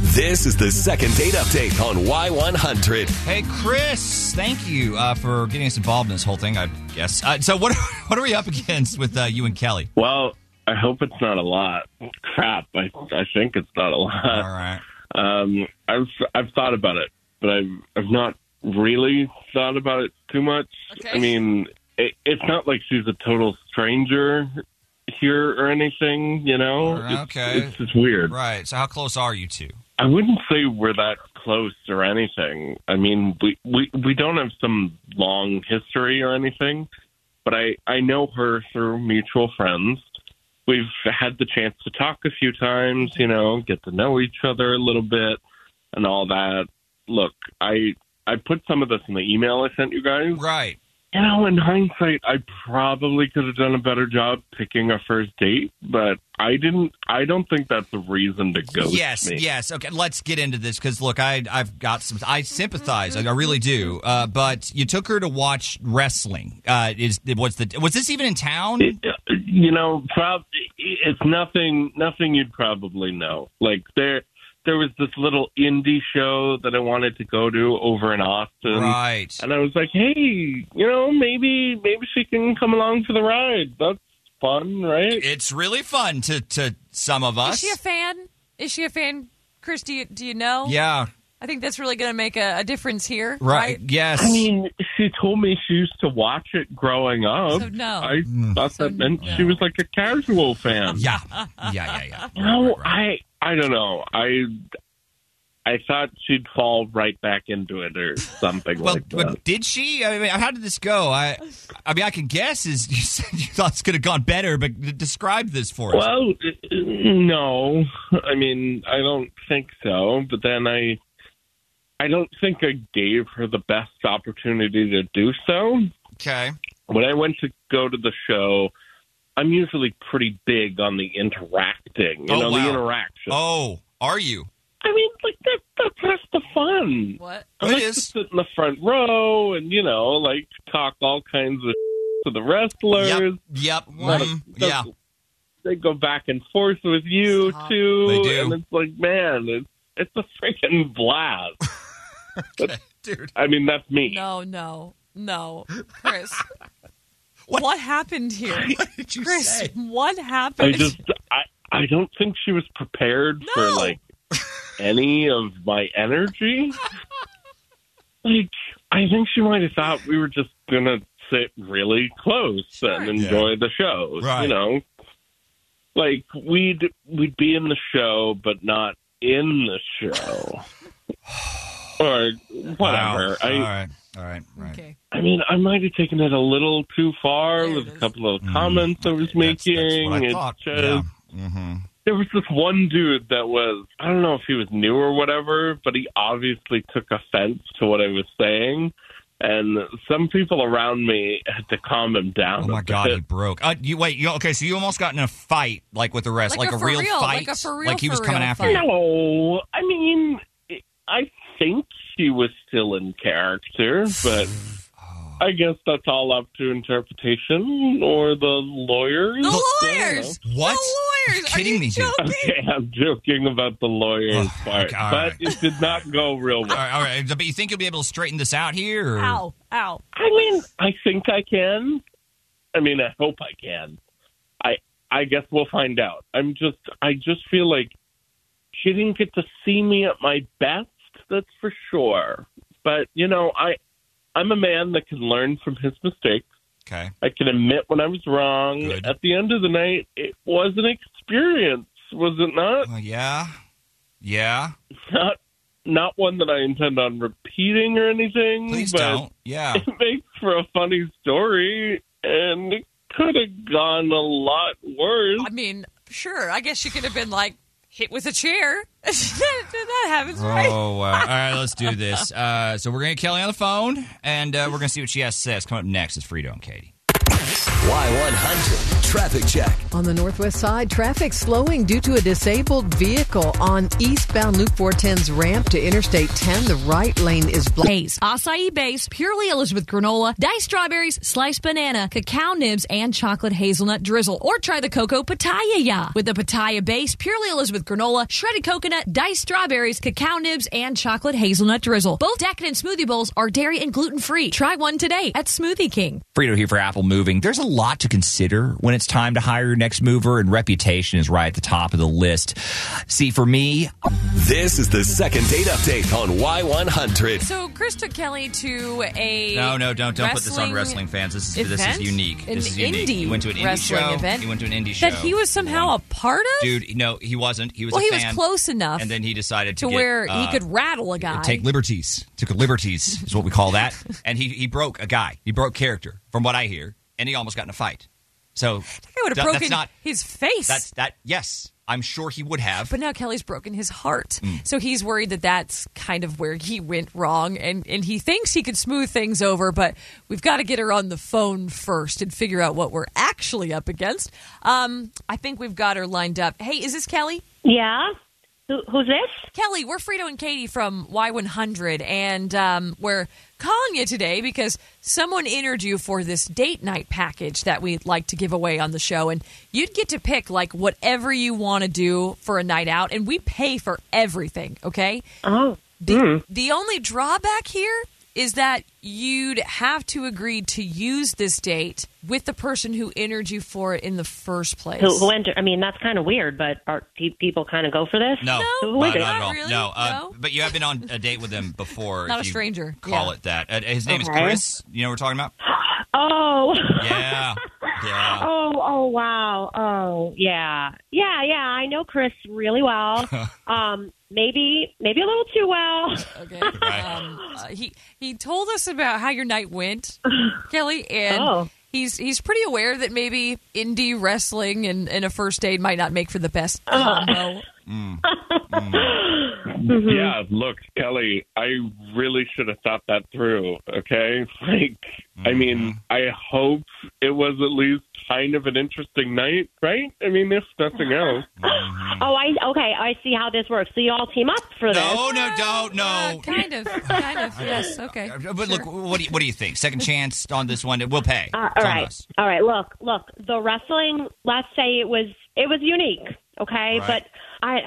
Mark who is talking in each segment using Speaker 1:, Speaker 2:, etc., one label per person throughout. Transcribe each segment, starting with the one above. Speaker 1: This is the second date update on Y100.
Speaker 2: Hey, Chris, thank you uh, for getting us involved in this whole thing, I guess. Uh, so, what are, what are we up against with uh, you and Kelly?
Speaker 3: Well, I hope it's not a lot. Crap, I I think it's not a
Speaker 2: All
Speaker 3: lot.
Speaker 2: right.
Speaker 3: Um, I've I've thought about it, but I've I've not really thought about it too much.
Speaker 4: Okay.
Speaker 3: I mean, it, it's not like she's a total stranger here or anything. You know,
Speaker 2: Alright,
Speaker 3: It's-
Speaker 2: okay.
Speaker 3: it's just weird.
Speaker 2: Right. So, how close are you two?
Speaker 3: I wouldn't say we're that close or anything. I mean, we, we, we don't have some long history or anything, but I, I know her through mutual friends. We've had the chance to talk a few times, you know, get to know each other a little bit and all that. Look, I I put some of this in the email I sent you guys.
Speaker 2: Right.
Speaker 3: You know, in hindsight, I probably could have done a better job picking a first date, but I didn't. I don't think that's a reason to ghost
Speaker 2: yes,
Speaker 3: me.
Speaker 2: yes. Okay, let's get into this because look, I I've got some. I sympathize. I, I really do. Uh, but you took her to watch wrestling. Uh, is was the was this even in town?
Speaker 3: It- you know, prob- it's nothing. Nothing you'd probably know. Like there, there was this little indie show that I wanted to go to over in Austin,
Speaker 2: right.
Speaker 3: and um, I was like, hey, you know, maybe maybe she can come along for the ride. That's fun, right?
Speaker 2: It's really fun to to some of
Speaker 4: Is
Speaker 2: us.
Speaker 4: she a fan? Is she a fan? Chris, do you, do you know?
Speaker 2: yeah.
Speaker 4: I think that's really going to make a, a difference here.
Speaker 2: Right. Yes.
Speaker 3: I mean, she told me she used to watch it growing up.
Speaker 4: So no.
Speaker 3: I thought
Speaker 4: So
Speaker 3: that meant
Speaker 4: no.
Speaker 3: she was like a casual fan.
Speaker 2: yeah. Yeah. Yeah. Yeah. Right, right,
Speaker 3: No,
Speaker 2: right.
Speaker 3: I I don't know. I I thought she'd fall right back into it or something
Speaker 2: Well,
Speaker 3: like that.
Speaker 2: but did she? I mean, how did this go? I, I mean, I can guess. Is you said you thought this could have gone better, but describe this for us.
Speaker 3: Well, no. I mean, I don't think so. But then I, I don't think I gave her the best opportunity to do so.
Speaker 2: okay.
Speaker 3: When I went to go to the show, I'm usually pretty big on the interacting. You
Speaker 2: Oh,
Speaker 3: know,
Speaker 2: wow.
Speaker 3: the interaction.
Speaker 2: Oh, are you?
Speaker 3: I mean, like that, that's half the fun.
Speaker 4: What?
Speaker 3: I
Speaker 2: It
Speaker 3: like
Speaker 2: is.
Speaker 3: to sit in the front row and you know, like talk all kinds of to the wrestlers.
Speaker 2: Yep. Yep.
Speaker 3: Like,
Speaker 2: Mm,
Speaker 3: the-
Speaker 2: yeah.
Speaker 3: They go back and forth with you
Speaker 4: Stop.
Speaker 3: too.
Speaker 2: They do.
Speaker 3: And it's like, man, it's it's a freaking blast.
Speaker 2: Dude,
Speaker 3: I mean, that's me.
Speaker 4: No, no, no. Chris,
Speaker 2: What?
Speaker 4: what, happened here?
Speaker 2: what did you
Speaker 4: Chris,
Speaker 2: say?
Speaker 4: what
Speaker 3: I
Speaker 4: happened?
Speaker 3: just I I don't think she was prepared for
Speaker 4: No.
Speaker 3: like any of my energy. like I think she might have thought we were just gonna sit really close
Speaker 4: Sure.
Speaker 3: and enjoy the show.
Speaker 2: Right.
Speaker 3: You know. Like we'd we'd be in the show but not in the show. or whatever.
Speaker 2: Wow.
Speaker 3: I
Speaker 2: all right. All right. Right.
Speaker 4: okay.
Speaker 3: I mean, I might have taken it a little too far
Speaker 4: There it
Speaker 3: with a
Speaker 4: is.
Speaker 3: couple of
Speaker 2: Mm,
Speaker 3: comments I was
Speaker 2: That's-
Speaker 3: making.
Speaker 2: that's what I
Speaker 3: It's
Speaker 2: thought.
Speaker 3: just-
Speaker 2: yeah. hmm
Speaker 3: there was this one dude that was I don't know if he was new or whatever, but he obviously took offense to what I was saying. And some people around me had to calm him down.
Speaker 2: Oh my
Speaker 3: a
Speaker 2: god, he
Speaker 3: bit.
Speaker 2: broke. Uh, you wait. You, okay, so you almost got in a fight, like with the rest,
Speaker 4: Like
Speaker 2: like,
Speaker 4: a for
Speaker 2: real,
Speaker 4: real,
Speaker 2: fight,
Speaker 4: like a for real,
Speaker 2: he was
Speaker 4: for
Speaker 2: coming
Speaker 4: real
Speaker 2: after
Speaker 4: fight.
Speaker 2: you.
Speaker 3: No, I mean, I think she was still in character, but
Speaker 2: Oh.
Speaker 3: I guess that's all up to interpretation or the lawyers.
Speaker 4: The
Speaker 3: I don't know.
Speaker 4: lawyers!
Speaker 2: What?
Speaker 4: The lawyers!
Speaker 2: You're kidding
Speaker 4: Are you
Speaker 2: me, dude.
Speaker 4: joking?
Speaker 3: Okay, I'm joking about the lawyers
Speaker 2: Oh,
Speaker 3: part,
Speaker 2: okay, all
Speaker 3: but
Speaker 2: right.
Speaker 3: it did not go real
Speaker 2: All
Speaker 3: well.
Speaker 2: right, all right, but you think you'll be able to straighten this out here? Or?
Speaker 4: Ow, ow.
Speaker 3: I mean, I think I can. I mean, I hope I can. I I guess we'll find out. I'm just I just feel like she didn't get to see me at my best, that's for sure. But, you know, I I'm a man that can learn from his mistakes.
Speaker 2: Okay.
Speaker 3: I can admit when I was wrong.
Speaker 2: Good.
Speaker 3: At the end of the night, it was an experience, was it not?
Speaker 2: Well, yeah. Yeah.
Speaker 3: Not not one that I intend on repeating or anything.
Speaker 2: Please
Speaker 3: but
Speaker 2: don't. Yeah.
Speaker 3: it makes for a funny story, and it could have gone a lot worse.
Speaker 4: I mean, sure. I guess she could have been like hit with a chair. that, that happens, right?
Speaker 2: Oh, wow. all right. Let's do this. Uh, so we're gonna get Kelly on the phone, and uh, we're gonna see what she has to say. It's coming up next. It's Frito and Katie.
Speaker 1: Y100 Traffic Check.
Speaker 5: On the northwest side, traffic slowing due to a disabled vehicle on eastbound Loop 410's ramp to Interstate 10. The right lane is blocked.
Speaker 6: Base, acai base, purely Elizabeth granola, diced strawberries, sliced banana, cacao nibs, and chocolate hazelnut drizzle. Or try the cocoa pataya ya with the pataya base, purely Elizabeth granola, shredded coconut, diced strawberries, cacao nibs, and chocolate hazelnut drizzle. Both decadent smoothie bowls are dairy and gluten free. Try one today at Smoothie King.
Speaker 2: Frito here for Apple Moving. There's a lot to consider when it's time to hire your next mover, and reputation is right at the top of the list. See, for me,
Speaker 1: This is the second date update on Y100.
Speaker 4: So Chris took Kelly to a
Speaker 2: no, no, don't don't put this on wrestling fans. This is this is
Speaker 4: event?
Speaker 2: unique.
Speaker 4: An
Speaker 2: This is unique.
Speaker 4: indie
Speaker 2: he went to an indie
Speaker 4: wrestling
Speaker 2: show.
Speaker 4: event
Speaker 2: He went to an indie show
Speaker 4: that he was somehow a part of.
Speaker 2: Dude, no, he wasn't. He was.
Speaker 4: well,
Speaker 2: a
Speaker 4: he
Speaker 2: fan,
Speaker 4: was close enough
Speaker 2: and then he decided to,
Speaker 4: to
Speaker 2: get,
Speaker 4: where
Speaker 2: uh,
Speaker 4: he could rattle a guy.
Speaker 2: take liberties. Took liberties is what we call that. and he he broke a guy. He broke character, from what I hear, and he almost got in a fight. So
Speaker 4: I would
Speaker 2: that-
Speaker 4: have broken
Speaker 2: That's not.
Speaker 4: his face.
Speaker 2: That's that. Yes, I'm sure he would have.
Speaker 4: but now Kelly's broken his heart. So he's worried that that's kind of where he went wrong. And, and he thinks he could smooth things over, but we've got to get her on the phone first and figure out what we're actually up against. Um, I think we've got her lined up. Hey, is this Kelly?
Speaker 7: Yeah. Who, who's this?
Speaker 4: Kelly, we're Frito and Katie from Y100, and um, we're calling you today because someone entered you for this date night package that we'd like to give away on the show. And you'd get to pick, like, whatever you want to do for a night out, and we pay for everything, okay?
Speaker 7: Oh.
Speaker 4: The, the only drawback here is that you'd have to agree to use this date with the person who entered you for it in the first place.
Speaker 7: Who, who enter? I mean, that's kind of weird, but are pe- people kind of go for this?
Speaker 2: No,
Speaker 7: Who
Speaker 2: no, not
Speaker 7: is it?
Speaker 2: at all.
Speaker 4: Not really,
Speaker 2: No, uh,
Speaker 4: no.
Speaker 2: but you have been on a date with him before.
Speaker 4: Not
Speaker 2: if
Speaker 4: a
Speaker 2: you
Speaker 4: stranger.
Speaker 2: Call
Speaker 4: Yeah.
Speaker 2: it that. Uh, his name is
Speaker 7: Okay.
Speaker 2: Chris. You know what we're talking about?
Speaker 7: Oh.
Speaker 2: Yeah, yeah.
Speaker 7: Oh, oh, wow. Oh, yeah. Yeah, yeah. I know Chris really well. um, maybe, maybe a little too well.
Speaker 4: Okay.
Speaker 2: Right.
Speaker 4: Um, uh, he he told us about how your night went, Kelly, and
Speaker 7: Oh.
Speaker 4: he's he's pretty aware that maybe indie wrestling and, and a first date might not make for the best
Speaker 7: Uh.
Speaker 4: combo.
Speaker 3: Yeah, look, Kelly, I really should have thought that through, okay? Like, I mean, I hope it was at least kind of an interesting night, right? I mean, if nothing else.
Speaker 7: Oh, I okay. I see how this works. So you all team up for this.
Speaker 2: No, no, don't,
Speaker 4: Uh,
Speaker 2: no.
Speaker 4: kind of, kind of. yes. Okay.
Speaker 2: Uh, But look,
Speaker 4: Sure.
Speaker 2: what do you, what do you think? Second chance on this one? We'll pay.
Speaker 7: Uh, all
Speaker 2: It's on
Speaker 7: right.
Speaker 2: us.
Speaker 7: All right. Look, look. The wrestling. Let's say it was it was unique. Okay,
Speaker 2: Right.
Speaker 7: but I.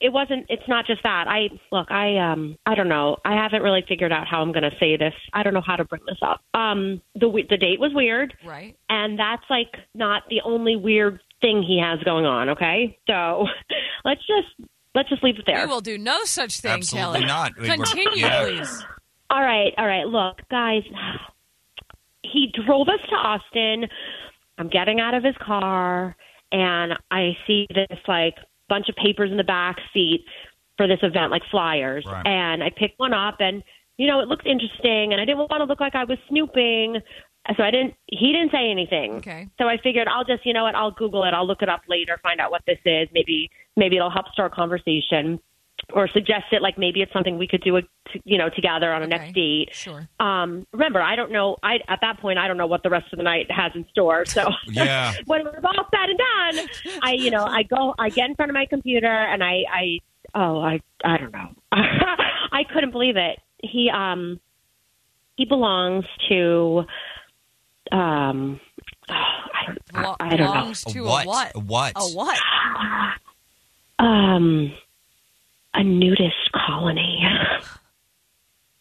Speaker 7: It wasn't. It's not just that. I look. I um. I don't know. I haven't really figured out how I'm going to say this. I don't know how to bring this up. Um. The we- the date was weird,
Speaker 4: Right.
Speaker 7: and that's like not the only weird thing he has going on. Okay, so let's just let's just leave it
Speaker 4: We
Speaker 7: there.
Speaker 4: will do no such thing,
Speaker 2: Absolutely
Speaker 4: Kelly.
Speaker 2: not. We- we're-
Speaker 4: Continue,
Speaker 2: yeah.
Speaker 4: please.
Speaker 7: All right, all right. Look, guys, he drove us to Austin. I'm getting out of his car, and I see this like bunch of papers in the back seat for this event, like flyers.
Speaker 2: Right.
Speaker 7: And I picked one up, and you know, it looked interesting, and I didn't want to look like I was snooping, so I didn't. He didn't say anything.
Speaker 4: Okay.
Speaker 7: So I figured I'll just, you know what, I'll Google it. I'll look it up later, find out what this is. Maybe maybe it'll help start a conversation or suggest it like maybe it's something we could do, a, t- you know, together on a
Speaker 4: Okay.
Speaker 7: next date.
Speaker 4: Sure.
Speaker 7: Um, remember, I don't know. I at that point, I don't know what the rest of the night has in store. So
Speaker 2: Yeah.
Speaker 7: when we're all said and done, I, you know, I go, I get in front of my computer, and I, I, oh, I, I don't know. I couldn't believe it. He, um, he belongs to, um, oh, I don't, I, I don't know.
Speaker 4: Belongs
Speaker 2: A
Speaker 4: to
Speaker 2: what?
Speaker 4: a what?
Speaker 2: A what?
Speaker 4: A what?
Speaker 7: Um, a nudist colony.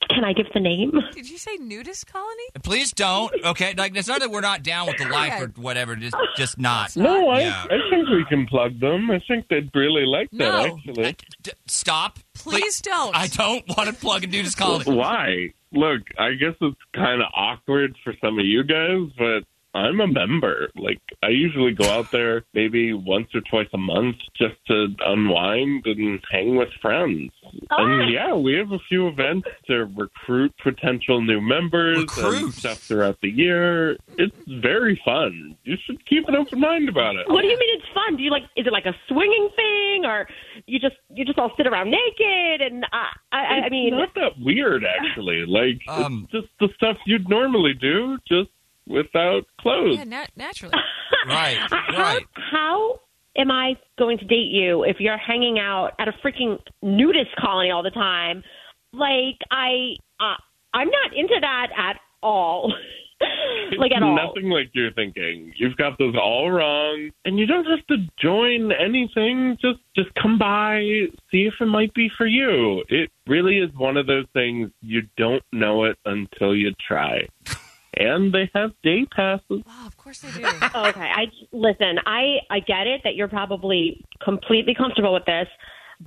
Speaker 7: Can I give the name?
Speaker 4: Did you say nudist colony?
Speaker 2: Please don't. Okay, like it's not that we're not down with the life
Speaker 4: Okay.
Speaker 2: or whatever. Just just not.
Speaker 3: No, I,
Speaker 2: Yeah.
Speaker 3: I think we can plug them. I think they'd really like that,
Speaker 4: No.
Speaker 2: Uh,
Speaker 3: actually.
Speaker 2: d- Stop.
Speaker 4: Please don't.
Speaker 2: I don't want to plug and do this call.
Speaker 3: Why? Look, I guess it's kind of awkward for some of you guys, but I'm a member. Like, I usually go out there maybe once or twice a month just to unwind and hang with friends. And yeah, we have a few events to recruit potential new members
Speaker 2: Recruit?
Speaker 3: and stuff throughout the year. It's very fun. You should keep an open mind about it.
Speaker 7: What do you mean it's fun? Do you like? Is it like a swinging thing, or you just you just all sit around naked? And uh, I, I, I
Speaker 3: It's
Speaker 7: mean,
Speaker 3: not that weird actually. Like,
Speaker 2: Um,
Speaker 3: it's just the stuff you'd normally do, just without clothes.
Speaker 4: Yeah, nat- naturally.
Speaker 2: Right, right.
Speaker 7: How am I going to date you if you're hanging out at a freaking nudist colony all the time? Like I, uh, I'm not into that at all. like at
Speaker 3: It's
Speaker 7: all.
Speaker 3: Nothing like you're thinking. You've got this all wrong, and you don't have to join anything. Just just come by, see if it might be for you. It really is one of those things you don't know it until you try. And they have day passes.
Speaker 4: Wow, Oh, of course they do.
Speaker 7: okay, I listen. I I get it that you're probably completely comfortable with this,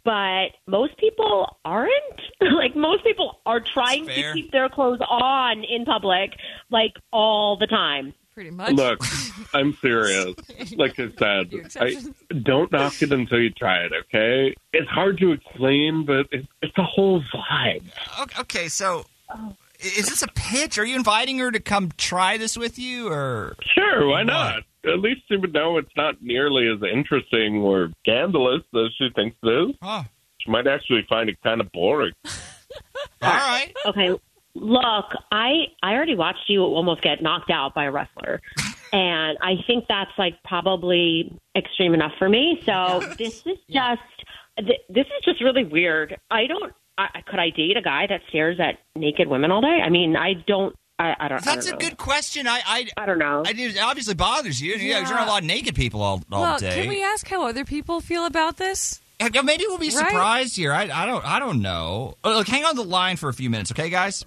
Speaker 7: but most people aren't. like most people are trying
Speaker 2: fair.
Speaker 7: to keep their clothes on in public, like all the time.
Speaker 4: Pretty much.
Speaker 3: Look, I'm serious. Like I said,
Speaker 4: Few
Speaker 3: I,
Speaker 4: exceptions.
Speaker 3: don't knock it until you try it. Okay? It's hard to explain, but it's it's a whole vibe.
Speaker 2: Okay, okay, so i- is this a pitch? Are you inviting her to come try this with you, or
Speaker 3: Sure, why not? At least she would know it's not nearly as interesting or scandalous as she thinks it is.
Speaker 2: oh,
Speaker 3: She might actually find it kind of boring.
Speaker 2: all right?
Speaker 7: Okay, look, I I already watched you almost get knocked out by a wrestler. And I think that's like probably extreme enough for me. So this is just th- this is just really weird. I don't I, I- could I date a guy that stares at naked women all day? I mean, I don't I, I don't I
Speaker 2: That's a
Speaker 7: don't know.
Speaker 2: good question. I, I,
Speaker 7: I don't know.
Speaker 2: I it obviously bothers you. Yeah, you're around a lot of naked people all, all
Speaker 4: well,
Speaker 2: day.
Speaker 4: can we ask how other people feel about this?
Speaker 2: Heck, Maybe we'll be
Speaker 4: Right?
Speaker 2: surprised here. I, I don't. I don't know. Uh, Look, hang on the line for a few minutes, okay, guys?